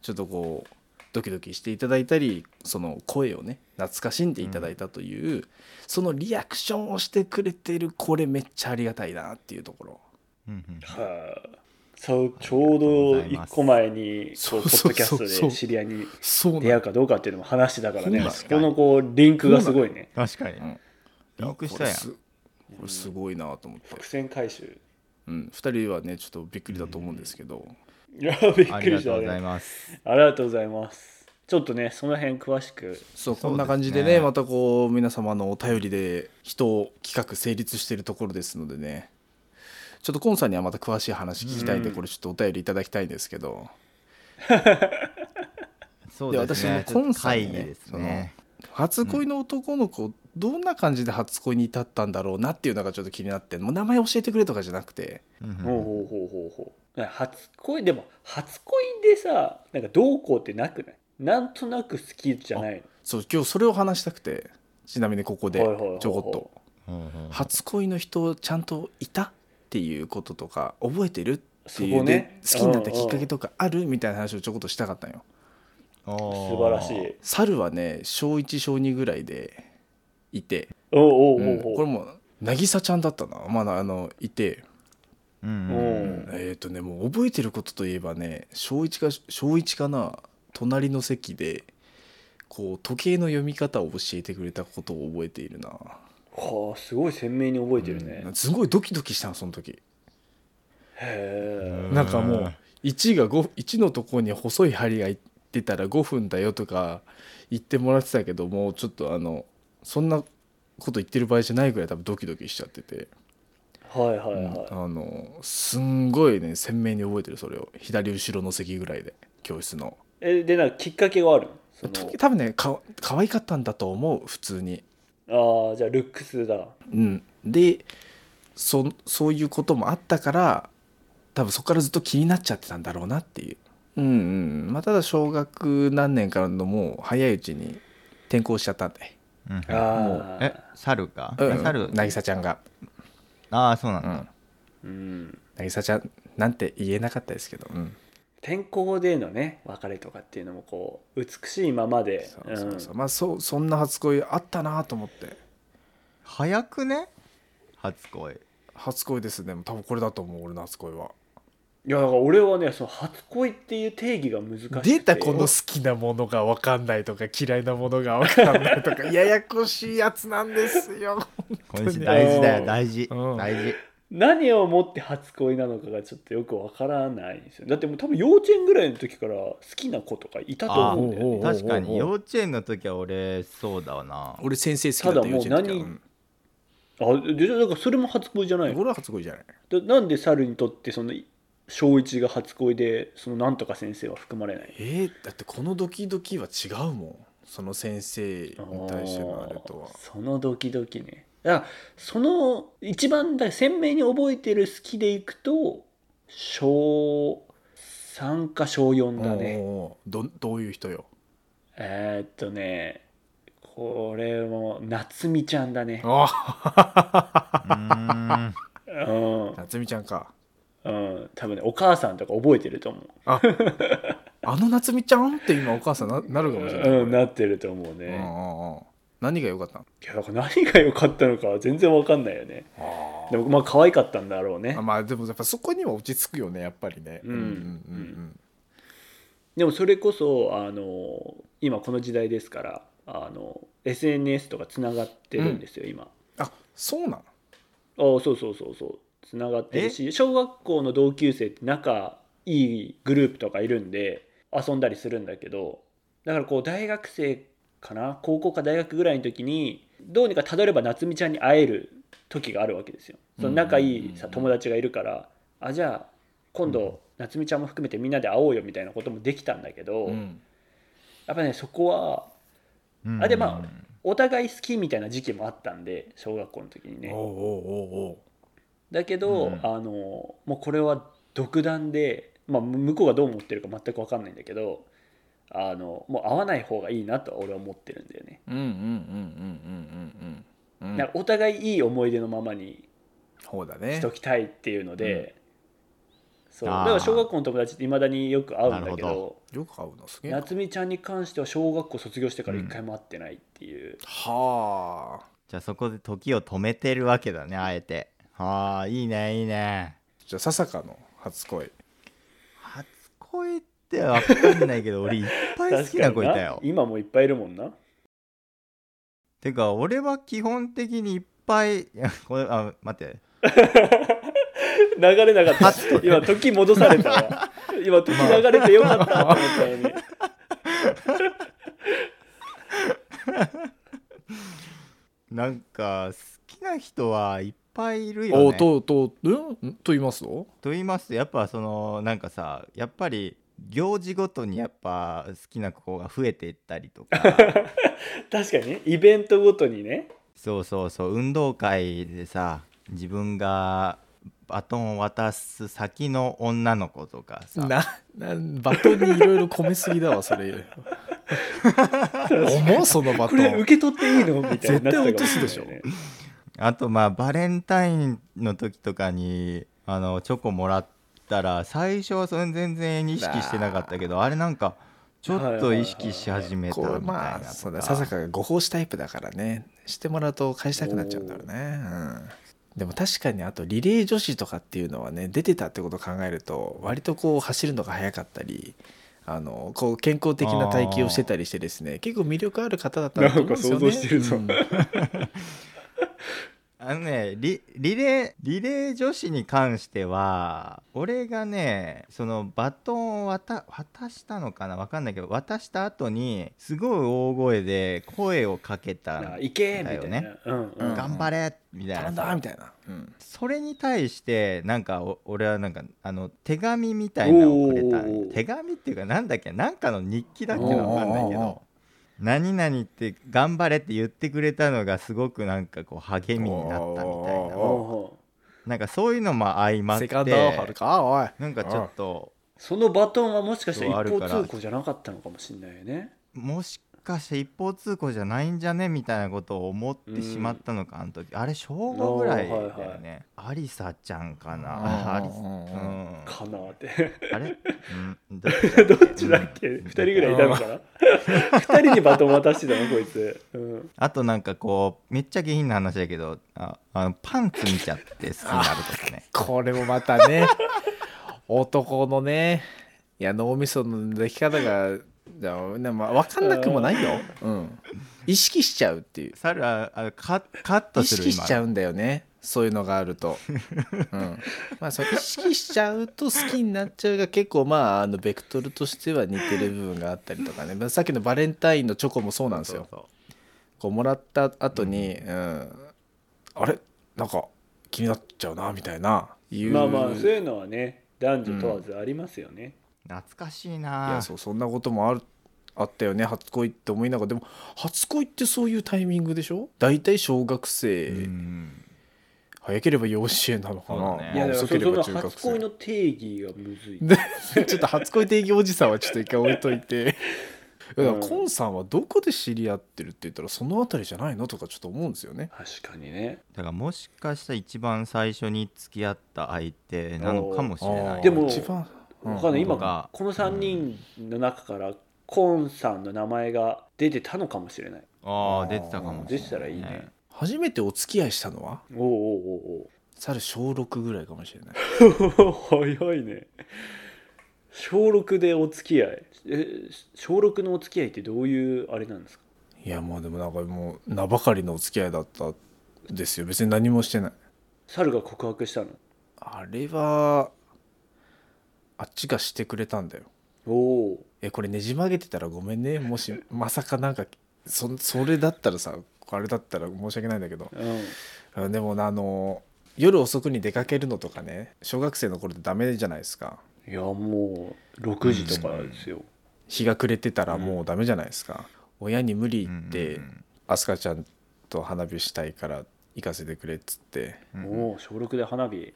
Speaker 4: ちょっとこうドキドキしていただいたりその声をね懐かしんでいただいたという、そのリアクションをしてくれてるこれめっちゃありがたいなっていうところ
Speaker 1: うんうん
Speaker 3: はいそうちょうど1個前にこ
Speaker 4: そうう
Speaker 3: ポッ
Speaker 4: そう
Speaker 3: ドキャ
Speaker 4: そう
Speaker 3: ストで知り合いに
Speaker 4: そう
Speaker 3: 出会
Speaker 4: な
Speaker 3: うかどうかっていうのも話してたからね
Speaker 4: そうなんだ
Speaker 3: そこのこうリンクがすごいね
Speaker 1: 確かに、
Speaker 4: うん
Speaker 1: リンクしたやん
Speaker 4: これすこれすごいなと思って
Speaker 3: 伏線回収
Speaker 4: うん、2人はねちょっとびっくりだと思うんですけど、
Speaker 3: いやびっ
Speaker 1: あり
Speaker 3: くり
Speaker 1: が
Speaker 3: し
Speaker 1: と
Speaker 3: た
Speaker 1: うござい
Speaker 3: ね
Speaker 1: ます
Speaker 3: ありがとうございますちょっとねその辺詳しく
Speaker 4: そ
Speaker 1: そう
Speaker 4: う
Speaker 1: ですね
Speaker 4: こんな感じでねまたこう皆様のお便りで人を企画成立しているところですのでねちょっとコンさんにはまた詳しい話聞きたいんで、
Speaker 3: うん
Speaker 4: これちょっとお便りいただきたいんですけど
Speaker 1: そうですね
Speaker 4: で私もコンサー
Speaker 1: 会
Speaker 4: ト
Speaker 1: 議
Speaker 4: ね
Speaker 1: ですね
Speaker 4: 初恋の男の子、どんな感じで初恋に至ったんだろうなっていうのがちょっと気になってもう名前教えてくれとかじゃなくて
Speaker 1: うんうん
Speaker 3: ほうほうほうほうほう初恋でも初恋でさなんかどうこうってなくないなんとなく好きじゃない
Speaker 4: そう今日それを話したくてちなみにここで
Speaker 3: はいはいはいはい
Speaker 4: ちょこっと。
Speaker 1: うんうん
Speaker 4: 初恋の人ちゃんといたっていうこととか覚えてるってい、
Speaker 3: そうこね
Speaker 4: で好きになったきっかけとかあるみたいな話をちょこっとしたかったんよ
Speaker 1: お
Speaker 3: の
Speaker 1: ー
Speaker 3: 素晴らしい
Speaker 4: 猿はね小1小2ぐらいでいて、
Speaker 3: おうおう
Speaker 4: うん
Speaker 3: おうおう
Speaker 4: これも渚ちゃんだったなまだあのいて
Speaker 1: うん
Speaker 3: う
Speaker 1: うん
Speaker 3: ん
Speaker 4: えっ、とねもう覚えてることといえばね小1か小一かな隣の席でこう時計の読み方を教えてくれたことを覚えているな
Speaker 3: はあすごい鮮明に覚えてるね、
Speaker 4: うんすごいドキドキしたのその時
Speaker 3: へえ
Speaker 4: なんかも
Speaker 1: う
Speaker 4: うん1が5 1のとこに細い針がいってたら5分だよとか言ってもらってたけどもうちょっとあのそんなこと言ってる場合じゃないぐらい多分ドキドキしちゃってて、
Speaker 3: はいはいはい、
Speaker 4: あのすんごいね鮮明に覚えてるそれを左後ろの席ぐらいで教室の
Speaker 3: えでなんかきっかけがあるのその
Speaker 4: と多分ねか可愛かったんだと思う普通に
Speaker 3: ああじゃあルックスだ
Speaker 4: うん、でそそういうこともあったから多分そこからずっと気になっちゃってたんだろうなっていう、うんうんまあ、ただ小学何年からのもう早いうちに転校しちゃったんで、
Speaker 1: うんうん
Speaker 3: あ
Speaker 1: え
Speaker 3: あ
Speaker 1: 猿か、
Speaker 4: うんう
Speaker 1: え
Speaker 4: ん
Speaker 1: 猿
Speaker 4: 渚ちゃんが、
Speaker 1: ああそうなん
Speaker 4: う
Speaker 1: だ、
Speaker 4: ん、
Speaker 3: うん
Speaker 4: 渚ちゃんなんて言えなかったですけど、うん、
Speaker 3: 天候でのね別れとかっていうのもこう美しいままで
Speaker 4: そうそうそう、
Speaker 3: ん
Speaker 4: まあそうそんな初恋あったなと思って
Speaker 1: 早くね初恋
Speaker 4: 初恋ですね多分これだと思う俺の初恋はい
Speaker 3: やだから俺はねその初恋っていう定義が難しい
Speaker 4: 出たこの好きなものが分かんないとか嫌いなものが分かんない とかややこしいやつなんですよ
Speaker 1: こ
Speaker 4: 本
Speaker 1: れ
Speaker 4: 当に
Speaker 1: 大事だよ大事
Speaker 4: うん
Speaker 1: 大事
Speaker 3: 何をもって初恋なのかがちょっとよくわからないんですよだってもう多分幼稚園ぐらいの時から好きな子とかいたと思うんだよ
Speaker 4: おうおう
Speaker 3: ね
Speaker 1: 確かに
Speaker 4: おう
Speaker 1: 幼
Speaker 4: おう
Speaker 1: 稚園の時は俺そうだわ な
Speaker 4: 俺先生好き
Speaker 3: た
Speaker 4: だっ
Speaker 3: だ
Speaker 4: た
Speaker 3: もう
Speaker 4: 幼稚園の時は
Speaker 3: あでじゃあだからそれも初恋じゃな
Speaker 4: う
Speaker 3: い
Speaker 4: ん
Speaker 3: の
Speaker 4: 俺は初恋じゃない
Speaker 3: だなんで猿にとってその小一が初恋でそのなんとか先生は含まれない
Speaker 4: えー、だってこのドキドキは違うもんその先生に対してのあれとは
Speaker 3: あーそのドキドキねだからその一番だ鮮明に覚えてる好きでいくと小3か小4だ
Speaker 4: お
Speaker 3: ね
Speaker 4: うおうおうどどういう人よ
Speaker 3: えーっとねこれも夏美ちゃんだね
Speaker 4: あ
Speaker 1: うーん
Speaker 3: うん、うん
Speaker 4: あ、夏美ちゃんか
Speaker 3: 多分ねお母さんとか覚えてると思う
Speaker 4: あの夏美ちゃんって今お母さんななるかもしれない、
Speaker 3: うん、なってると思う
Speaker 4: うんう
Speaker 3: ね
Speaker 4: んうん何が良かったの
Speaker 3: いやだから何が良かったのかは全然わかんないよねでもまあ可愛かったんだろうね
Speaker 4: あまあでもやっぱそこにも落ち着くよねやっぱりね
Speaker 3: うん
Speaker 4: うんうん
Speaker 3: でもそれこそあの今この時代ですからあの SNS とかつながってるんですよ、今あ
Speaker 4: あそうなの
Speaker 3: そうそうそうそうつながってるし小学校の同級生って仲いいグループとかいるんで遊んだりするんだけどだからこう大学生かな高校か大学ぐらいの時にどうにかたどれば夏美ちゃんに会える時があるわけですよその仲いいさ
Speaker 4: うん
Speaker 3: 友達がいるからあじゃあ今度夏美ちゃんも含めてみんなで会おうよみたいなこともできたんだけど、
Speaker 4: うん
Speaker 3: やっぱねそこは
Speaker 1: うん
Speaker 3: あでまあお互い好きみたいな時期もあったんで小学校の時にね
Speaker 4: おうおうおうおう
Speaker 3: だけど、
Speaker 1: うん
Speaker 3: あのもうこれは独断で、まあ、向こうがどう思ってるか全く分かんないんだけどあのもう会わない方がいいなとは俺は思ってるんだよね、
Speaker 4: うんうんうんうんうんうんうん
Speaker 3: なんかお互いいい思い出のままに
Speaker 4: そうだ
Speaker 3: し
Speaker 4: ね
Speaker 3: ときたいっていうので、そうだ
Speaker 1: あー
Speaker 3: から小学校の友達っていまだによく会うんだ
Speaker 1: な
Speaker 3: け
Speaker 1: る
Speaker 3: ど
Speaker 1: ほ
Speaker 4: よく合うのすげえな
Speaker 3: 夏美ちゃんに関しては小学校卒業してから一回も会ってないっていう、
Speaker 4: はあ
Speaker 1: じゃあそこで時を止めてるわけだねあえてああいいねいいね
Speaker 4: じゃあささかの初恋
Speaker 1: 初恋ってわかんないけど俺いっぱい好きな子いた よ
Speaker 3: な今もいっぱいいるもんな
Speaker 1: てか俺は基本的にいっぱいい やこれあ待って
Speaker 3: 流れな かった今時戻されたわ今時流れてよかったと思ったのに
Speaker 1: なんか好きな人はいっぱいいるよね
Speaker 4: おととうんと言いますと
Speaker 1: と言いますとやっぱそのなんかさやっぱり行事ごとにやっぱ好きな子が増えていったりと か
Speaker 3: 確かにねイベントごとにね
Speaker 1: そうそうそう運動会でさ自分がバトンを渡す先の女の子とかさ
Speaker 4: ななバトンにいろいろ込めすぎだわそれ思うそのバ
Speaker 3: こ
Speaker 4: ト
Speaker 3: れ受
Speaker 4: ン
Speaker 3: け取っていいのみたいになってたかもれないね
Speaker 4: 絶対落とすでしょ
Speaker 1: あとまあバレンタインの時とかにあのチョコもらったら最初はそれ全然意識してなかったけどあれなんかちょっと意識し始めた
Speaker 4: こ
Speaker 1: みた
Speaker 4: う
Speaker 1: い
Speaker 4: ま
Speaker 1: な
Speaker 4: あそ
Speaker 1: と
Speaker 4: うだ
Speaker 1: か
Speaker 4: ささかがご奉仕タイプだからねしてもらうと返したくなっちゃうんだろうね、うん、でも確かにあとリレー女子とかっていうのはね出てたってことを考えると割とこう走るのが速かったりあのこう健康的な体型をしてたりしてですね結構魅力ある方だったなと思うんですよ、ね、
Speaker 3: なんか想像してるぞ
Speaker 4: うん
Speaker 1: あのねリリレーリレー女子に関しては俺がねそのバトンを渡渡したのかな分かんないけど渡した後にすごい大声で声をかけた
Speaker 3: あいけみたいな、
Speaker 1: だよね
Speaker 3: うんうん
Speaker 4: うん
Speaker 1: 頑張れみたい
Speaker 4: 頼
Speaker 1: なん
Speaker 4: だ
Speaker 1: さ
Speaker 4: みたいな、うん
Speaker 1: それに対してなんかお俺はなんかあの手紙みたいなのをくれた
Speaker 3: おーおーおー
Speaker 1: 手紙っていうかなんだっけなんかの日記だっけな
Speaker 3: おーお
Speaker 1: 分
Speaker 3: ー
Speaker 1: かんないけ
Speaker 4: おーお
Speaker 1: ど何々って頑張れって言ってくれたのがすごくなんかこう励みになったみたいな
Speaker 4: おーおーおー
Speaker 1: なんかそういうのも相まっ
Speaker 4: セ
Speaker 1: て
Speaker 4: カンドはるかおい
Speaker 1: なんかちょっと
Speaker 3: そのバトンはもしかしたら一
Speaker 1: そうある
Speaker 3: 方
Speaker 1: から
Speaker 3: 通行じゃなかったのかもしれないよね
Speaker 1: もしかして一方通行じゃないんじゃねみたいなことを思ってしまったのか、あの時あれ正午ぐらいだよ
Speaker 3: あーはい
Speaker 1: ねありさちゃんかなありさう
Speaker 4: あ
Speaker 1: ん
Speaker 3: かなって
Speaker 1: あれ、うん、どっ
Speaker 3: どっちだっけ、
Speaker 1: う
Speaker 3: 二
Speaker 1: ん
Speaker 3: 2人ぐらいいたのかな2人にバトン渡してたのこいつ、うん、
Speaker 1: あとなんかこうめっちゃ下品な話だけどああのパンツ見ちゃって好きになるとか ね
Speaker 4: これもまた ね男のねいや脳みその出来方がじゃあなまあ分かんなくもないよ、うん、意識しちゃうっていう
Speaker 1: 猿はあカカット
Speaker 4: 意
Speaker 1: する
Speaker 4: 識しちゃ
Speaker 1: う
Speaker 4: うんだよねそういうのがあ ると、うん、まあその意識しちゃうと好きになっちゃうが結構まああのベクトルとしては似てる部分があったりとかね、まあ、さっきのバレンタインのチョコもそうなんですよこうもらった後に、うんあれなんか気になっちゃうなみたいないう
Speaker 3: まあまあそういうのはね男女問わずありますよね、
Speaker 1: 懐かしい
Speaker 4: い
Speaker 1: な
Speaker 4: やそうそんなこともあるあったよね初恋って思いながらでも初恋ってそういうタイミングでしょ大体小学生、
Speaker 1: うん
Speaker 4: 早ければ幼稚園なのか
Speaker 1: そ
Speaker 4: な、
Speaker 1: うだね
Speaker 3: いやだから
Speaker 4: 遅
Speaker 3: そ
Speaker 4: ければ
Speaker 3: の
Speaker 4: 中学
Speaker 3: 初恋
Speaker 4: 生
Speaker 3: の定義がむずい
Speaker 4: ちょっと初恋定義おじさんはちょっと一回置いといて。だから
Speaker 3: うん
Speaker 4: コンさんはどこで知り合ってるって言ったらそのあたりじゃないのとかちょっと思うんですよね。
Speaker 3: 確かにね
Speaker 1: だからもしかしたら一番最初に付き合った相手なのかもしれ
Speaker 4: あ
Speaker 1: な
Speaker 4: ー
Speaker 1: い
Speaker 3: でも
Speaker 4: 一番
Speaker 3: わかんない
Speaker 1: うん
Speaker 3: 今この3人の中からコーンさんの名前が出てたのかもしれない
Speaker 1: ああ出てたかもしれない、
Speaker 3: 出てたらいいね
Speaker 4: 初めてお付き合いしたのは
Speaker 3: おうおう
Speaker 4: 猿小6ぐらいかもしれない
Speaker 3: おうおう 早いね小6でお付き合いえ小6のお付き合いってどういうあれなんですか
Speaker 4: いやまあでもなんかもう名ばかりのお付き合いだったんですよ別に何もしてない
Speaker 3: 猿が告白したの
Speaker 4: あれはあっちがしてくれたんだよ
Speaker 3: おお
Speaker 4: えこれねじ曲げてたらごめんねもしまさかなんかそそれだったらさあれだったら申し訳ないんだけど
Speaker 3: うん
Speaker 4: あでもあの夜遅くに出かけるのとかね小学生の頃ってダメじゃないですか
Speaker 3: いやもう6時とかですよ、
Speaker 4: 日が暮れてたらもうダメじゃないですか、親に無理言って、
Speaker 1: うん
Speaker 4: アスカちゃんと花火したいから行かせてくれっつって
Speaker 1: うんうん
Speaker 3: もう小6で花火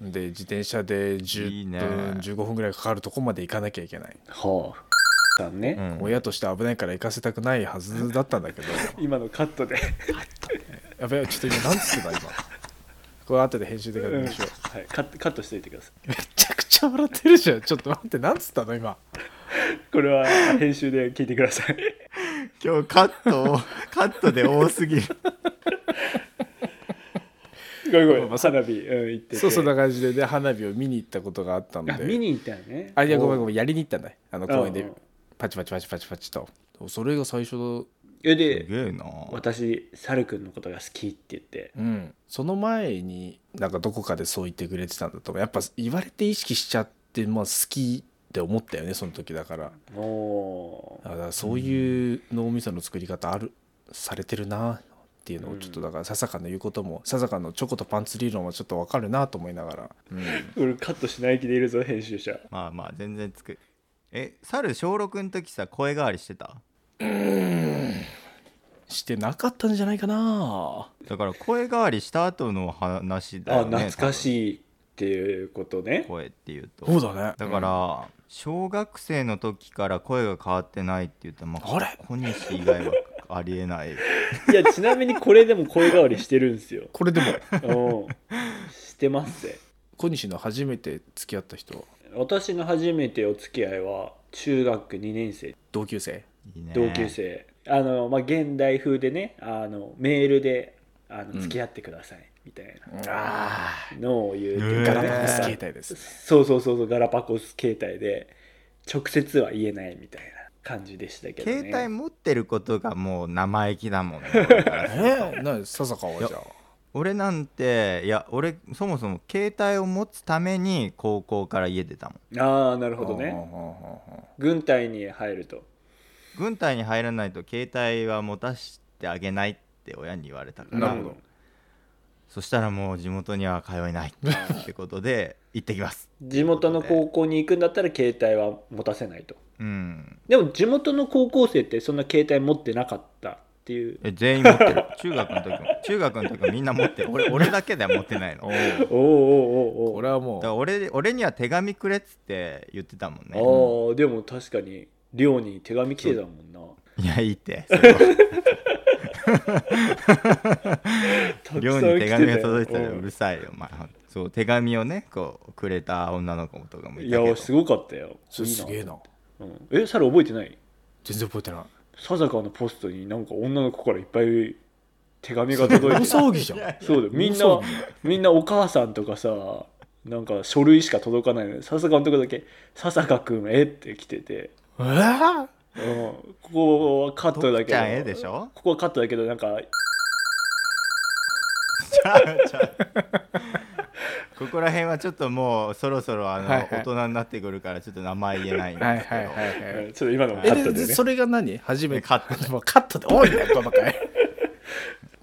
Speaker 4: で自転車で
Speaker 1: いい
Speaker 4: 10分
Speaker 1: ね
Speaker 4: 15分ぐらいかかるとこまで行かなきゃいけない、
Speaker 3: はあさん
Speaker 1: う
Speaker 3: ね、
Speaker 1: ん
Speaker 4: 親として危ないから行かせたくないはずだったんだ けど
Speaker 3: 今のカットで
Speaker 4: やべえちょっと今何つって た今これ後で編集で確認しよう、
Speaker 3: はい、カットカットしておいてくださ
Speaker 4: めちゃくちゃ笑ってるじゃんちょっと待って何つったの今
Speaker 3: いこれは編集で聞いてください
Speaker 1: 今日カットをカットで多すぎる
Speaker 3: ごめんごめん花火、うん、行ってて
Speaker 4: そうそんな感じでね花火を見に行ったことがあったの
Speaker 3: あ見
Speaker 4: で
Speaker 3: に行ったよね
Speaker 4: あいやごめんご
Speaker 3: ん
Speaker 4: めんやりに行ったんだあの公園で
Speaker 3: うんうん
Speaker 4: パチパチパチパチパチとそれが最初
Speaker 3: え
Speaker 1: す
Speaker 3: で
Speaker 1: げえな
Speaker 3: 私サルくんのことが好きって言って
Speaker 4: うんその前になんかどこかでそう言ってくれてたんだと思うやっぱ言われて意識しちゃってまあ好きって思ったよねその時だから
Speaker 3: も
Speaker 4: だからそういう脳みその作り方ある、されてるなっていうのをちょっとだから笹香の言うことも笹香のチョコとパンツ理論はちょっとわかるなと思いながら、うん
Speaker 3: う俺カットしない気でいるぞ編集者
Speaker 1: まあまあ全然つくえ猿小6の時さ声変わりしてた
Speaker 4: してなかったんじゃないかな
Speaker 1: だから声変わりした後の話だ
Speaker 3: あ
Speaker 1: よね
Speaker 3: 懐か
Speaker 1: い
Speaker 3: しいっていうことね
Speaker 1: 声っていうと
Speaker 4: そうだね
Speaker 1: だから、小学生の時から声が変わってないって言ったら、ま
Speaker 4: あれ
Speaker 1: 小西以外はありえない
Speaker 3: いやちなみにこれでも声変わりしてるんですよ
Speaker 4: これでも
Speaker 3: うんしてますぜ
Speaker 4: 小西の初めて付き合った人
Speaker 3: 私の初めてお付き合いは中学2年生
Speaker 4: 同級生
Speaker 1: いいね
Speaker 3: 同級生、あのまあ現代風でねあのメールであ
Speaker 4: う
Speaker 3: の
Speaker 4: ん
Speaker 3: 付き合ってくださいみたい
Speaker 4: あ
Speaker 3: なのを言うっていう
Speaker 1: へ
Speaker 4: ガ
Speaker 1: ー
Speaker 3: か
Speaker 4: ラ
Speaker 3: ね
Speaker 4: パゴス携
Speaker 3: なんか
Speaker 4: 帯です
Speaker 3: そうそうそうそうガラパゴス携帯で直接は言えないみたいな感じでしたけどね
Speaker 1: 携帯持ってることがもう生意気だもんね
Speaker 4: えー、な笹香はじゃあ
Speaker 1: 俺なんていや俺そもそも携帯を持つために高校から家出たもん
Speaker 3: ああなるほど
Speaker 4: うんう
Speaker 3: ね
Speaker 4: んうんうんうん
Speaker 3: 軍隊に入ると
Speaker 1: 軍隊に入らないと携帯は持たせてあげないって親に言われたから
Speaker 4: なるほど
Speaker 1: そしたらもう地元には通えないってことで行ってきます
Speaker 3: 地元の高校に行くんだったら携帯は持たせないと
Speaker 1: うん
Speaker 3: でも地元の高校生ってそんな携帯持ってなかったっていう
Speaker 1: え全員持ってる中学の時も中学の時もみんな持ってる俺俺だけでは持ってないの
Speaker 4: お
Speaker 1: だか
Speaker 4: う
Speaker 3: おーおーおーおー
Speaker 4: これはも
Speaker 1: ら
Speaker 4: う
Speaker 1: 俺俺には手紙くれっつって言ってたもんね
Speaker 3: ああでも確かに寮に手紙来てたもんな。
Speaker 1: いやいいってそ れは
Speaker 3: たく
Speaker 1: 寮
Speaker 3: さん
Speaker 1: に
Speaker 3: 来
Speaker 1: 手
Speaker 3: た
Speaker 1: 紙が届いてたら
Speaker 3: う
Speaker 1: うんるさいよ、まあ、そう手紙をねこうくれた女の子とかもい
Speaker 3: い
Speaker 1: たけど
Speaker 3: やすごかったよ。
Speaker 4: それすげえ
Speaker 3: な。
Speaker 4: な
Speaker 3: うん、えサル覚えてない
Speaker 4: 全然覚えてない
Speaker 3: さざかのポストになんか女の子からいっぱい手紙が届い
Speaker 4: 大
Speaker 3: て
Speaker 4: 騒ぎじゃん
Speaker 3: そうだよみん
Speaker 4: 大
Speaker 3: な
Speaker 4: 騒ぎ
Speaker 3: みんなお母さんとかさなんか書類しか届かないのにさざかのとこだけ「さざかくんえ」って来てて、
Speaker 4: えー
Speaker 3: うん、ここはカットだ
Speaker 1: 徳
Speaker 3: け
Speaker 1: ち
Speaker 3: ど
Speaker 1: ゃんええでしょ
Speaker 3: ここはカットだけどなんか
Speaker 1: ちゃうちゃうここら辺はちょっともうそろそろあの、
Speaker 4: はいはい
Speaker 1: 大人になってくるからちょっと名前言えないん
Speaker 4: はい
Speaker 1: ですけ
Speaker 4: はい
Speaker 1: ど
Speaker 4: はいはい
Speaker 3: うんちょっと今のもカ
Speaker 4: え
Speaker 3: ッ
Speaker 4: で
Speaker 3: トで
Speaker 4: で
Speaker 3: ね
Speaker 4: それが何初めて
Speaker 1: カット
Speaker 4: もうカットで多いねこの回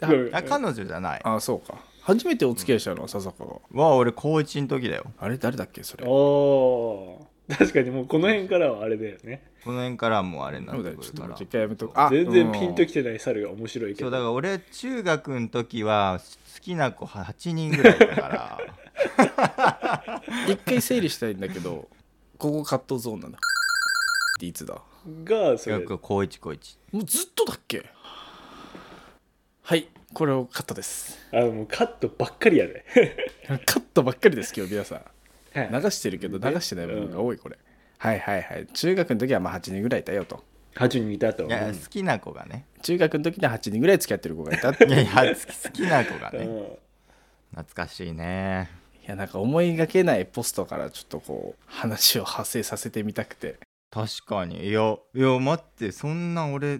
Speaker 3: ごめん
Speaker 1: あ彼女じゃない
Speaker 4: あそうか初めてお付き合いしたのは笹香が
Speaker 1: わ俺高1の時だよ
Speaker 4: あれ誰だっけそれ
Speaker 3: おー確かにもうこの辺からはあれだよね
Speaker 1: この辺からもうあれにな
Speaker 4: そ
Speaker 1: っ
Speaker 4: う
Speaker 1: て
Speaker 4: だよ
Speaker 1: く
Speaker 4: ち
Speaker 1: る
Speaker 4: ょっ
Speaker 1: か
Speaker 4: とも
Speaker 1: ら
Speaker 4: う一回やめとくあ
Speaker 3: 全然ピンと
Speaker 4: き
Speaker 3: きてない猿が面白いけ
Speaker 1: そ
Speaker 3: ど
Speaker 1: うだから俺中学の時は好きな子8人ぐらいいたから
Speaker 4: 一回整理したいんだけどここカットゾーンなんだっていつだ
Speaker 3: がそ
Speaker 1: 中
Speaker 3: れ
Speaker 1: 学高1高1
Speaker 4: もうずっとだっけはいこれをカットです
Speaker 3: あのもうカットばっかりやで、
Speaker 4: カットばっかりです今日皆さん
Speaker 3: はい
Speaker 4: 流してるけど流してない部分が多いこれ、はいはいはい中学の時はまあ8人ぐらいいたよと
Speaker 3: 8人いたと
Speaker 1: いや好きな子がね
Speaker 4: 中学の時に8人ぐらい付き合ってる子がい たって
Speaker 1: いやいや好き好きな子が
Speaker 3: う
Speaker 1: ね
Speaker 3: ん
Speaker 1: 懐かしいね
Speaker 4: いやなんか思いがけないポストからちょっとこう話を派生させてみたくて
Speaker 1: 確かにいやいや待ってそんな俺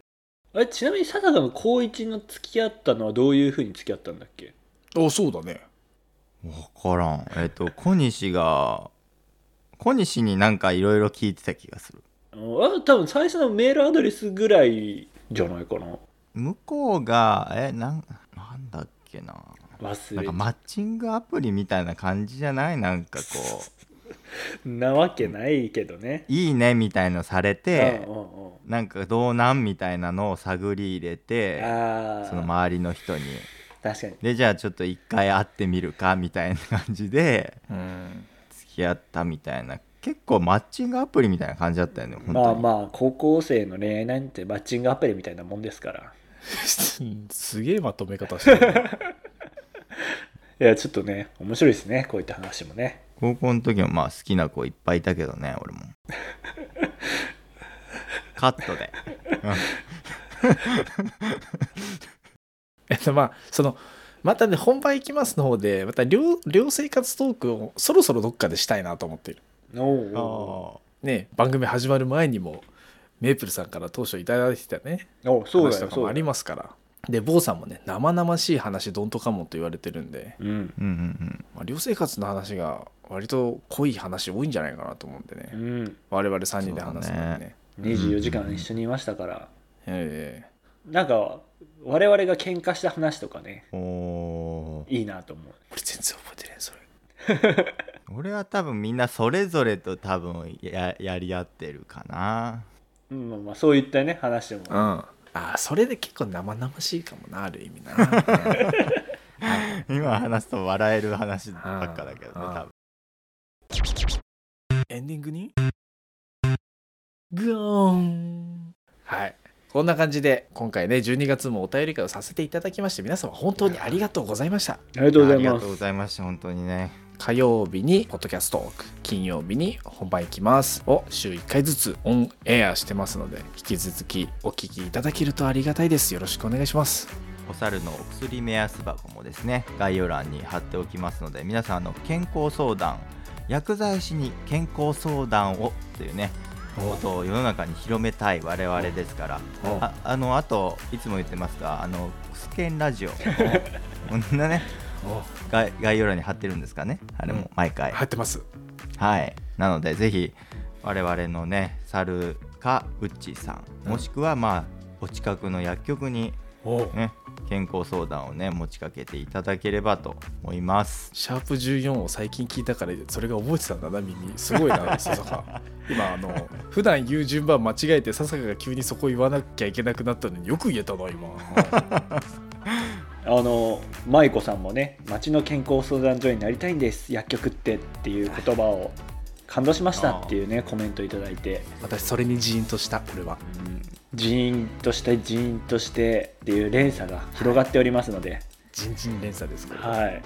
Speaker 3: あれちなみに笹田の高一の付き合ったのはどういうふうに付き合ったんだっけ
Speaker 4: あそうだね
Speaker 1: 分からんえっと小西が小西になんかいろいろ聞いてた気がする
Speaker 3: あ多分最初のメールアドレスぐらいじゃないかな
Speaker 1: 向こうがえなんなんだっけな
Speaker 3: 忘
Speaker 1: なん
Speaker 3: れ
Speaker 1: かマッチングアプリみたいな感じじゃないなんかこう
Speaker 3: なわけないけどね、
Speaker 1: いいねみたいのされて
Speaker 3: うんうんうん
Speaker 1: なんかどうなんみたいなのを探り入れて
Speaker 3: ああ
Speaker 1: その周りの人に
Speaker 3: 確かに
Speaker 1: でじゃあちょっと一回会ってみるかみたいな感じで
Speaker 4: うん
Speaker 1: 付き合ったみたいな結構マッチングアプリみたいな感じだったよね本当に
Speaker 3: まあまあ高校生の恋愛なんてマッチングアプリみたいなもんですから
Speaker 4: すげえまとめ方してるね
Speaker 3: いやちょっとね面白いですねこういった話もね
Speaker 1: 高校の時もまあ好きな子いっぱいいたけどね俺 もカットで
Speaker 4: えっとまあそのまたね本番行きますの方でまた寮寮生活トークをそろそろどっかでしたいなと思っている
Speaker 3: おう
Speaker 1: あ
Speaker 3: お
Speaker 1: ー
Speaker 4: ね番組始まる前にもメープルさんから当初いただいてたね
Speaker 3: うおうそうだ
Speaker 4: 話
Speaker 3: よ
Speaker 4: とか
Speaker 3: そ
Speaker 4: も
Speaker 3: う
Speaker 4: あ
Speaker 3: だ
Speaker 4: り
Speaker 3: よ
Speaker 4: ますからで坊さんもね生々しい話どんとかもと言われてるんで、
Speaker 3: うん
Speaker 1: うんうん
Speaker 4: まあ、寮生活の話が割と濃い話多いんじゃないかなと思うんでね、
Speaker 3: うん
Speaker 4: 我々3人で話すのに
Speaker 1: そうだ
Speaker 4: ね
Speaker 1: ね
Speaker 3: 24時間一緒にいましたから、
Speaker 4: ええ
Speaker 3: なんか我々が喧嘩した話とかね
Speaker 1: うんおー
Speaker 3: いいなと思う
Speaker 4: 俺全然覚えてないそれ
Speaker 1: 俺は多分みんなそれぞれと多分ややり合ってるか な
Speaker 3: うんまあまあそういったね話も
Speaker 4: うんああそれで結構生々しいかもなある意味なうん
Speaker 1: 今話すと笑える話ばっかだけどね
Speaker 4: うん
Speaker 1: 多分
Speaker 4: エンディングにグオーンはいこんな感じで今回ね12月もお便り会をさせていただきまして皆様本当にありがとうございました
Speaker 3: ありがとうござ
Speaker 1: あ
Speaker 3: い
Speaker 1: りが
Speaker 3: ます
Speaker 1: とうございました本当にね
Speaker 4: 火曜日にポッドキャストトーク金曜日に本番行きますを週1回ずつオンエアしてますので引き続きお聞きいただけるとありがたいですよろしくお願いします
Speaker 1: お猿のお薬目安箱もですね概要欄に貼っておきますので皆さんあの健康相談薬剤師に健康相談をというねことを世の中に広めたい我々ですから
Speaker 4: お
Speaker 1: ああのあといつも言ってますがあのクスケンラ ジオこんなね
Speaker 4: お
Speaker 1: 概概要欄に貼ってるんですかねあれも毎回、
Speaker 4: 入ってます
Speaker 1: はい、なのでぜひ我々のね猿かウッチーさんもしくはまあお近くの薬局に、
Speaker 4: お
Speaker 1: ね、健康相談をね持ちかけていただければと思います
Speaker 4: シャープ14を最近聞いたからそれが覚えてたんだな耳すごいな笹 香今あの普段言う順番間違えて笹香が急にそこ言わなきゃいけなくなったのによく言えたな今
Speaker 3: あの舞子さんもね町の健康相談所になりたいんです薬局ってっていう言葉を感動しましたっていうねコメントいただいて
Speaker 4: 私それにジーンとした俺は
Speaker 3: ジーンとしてジーンとしてっていう連鎖が広がっておりますので、
Speaker 4: 人人連鎖ですから
Speaker 3: はい、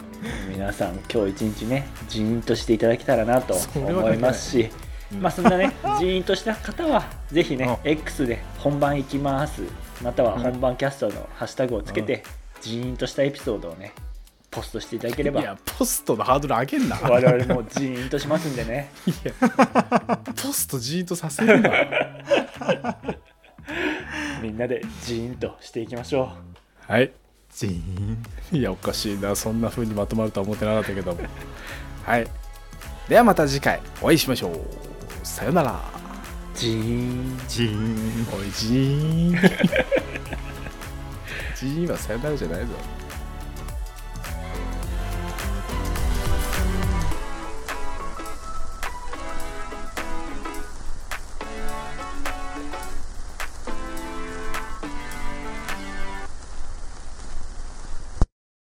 Speaker 3: 皆さん今日一日ねジーンとしていただけたらなと
Speaker 4: それは
Speaker 3: 思いますし
Speaker 4: うん
Speaker 3: まあそんな ねジーンとした方はぜひね
Speaker 4: う
Speaker 3: X で本番行きますまたは本番キャストのハッシュタグをつけてジーンとしたエピソードをねポストしていただけれ
Speaker 4: い
Speaker 3: ば
Speaker 4: やポストのハードル上げんな
Speaker 3: 我々もジーンとしますんでね
Speaker 4: ポストジーンとさせる な
Speaker 3: みんなでジーンとしていきましょ
Speaker 4: はい
Speaker 1: ジーン
Speaker 4: いやおかしいなそんな風にまとまるとは思ってなかったけどもはいではまた次回お会いしましょうさよなら
Speaker 3: うジー ン
Speaker 1: ジーン
Speaker 4: おいジーンジーンはさよならじゃないぞ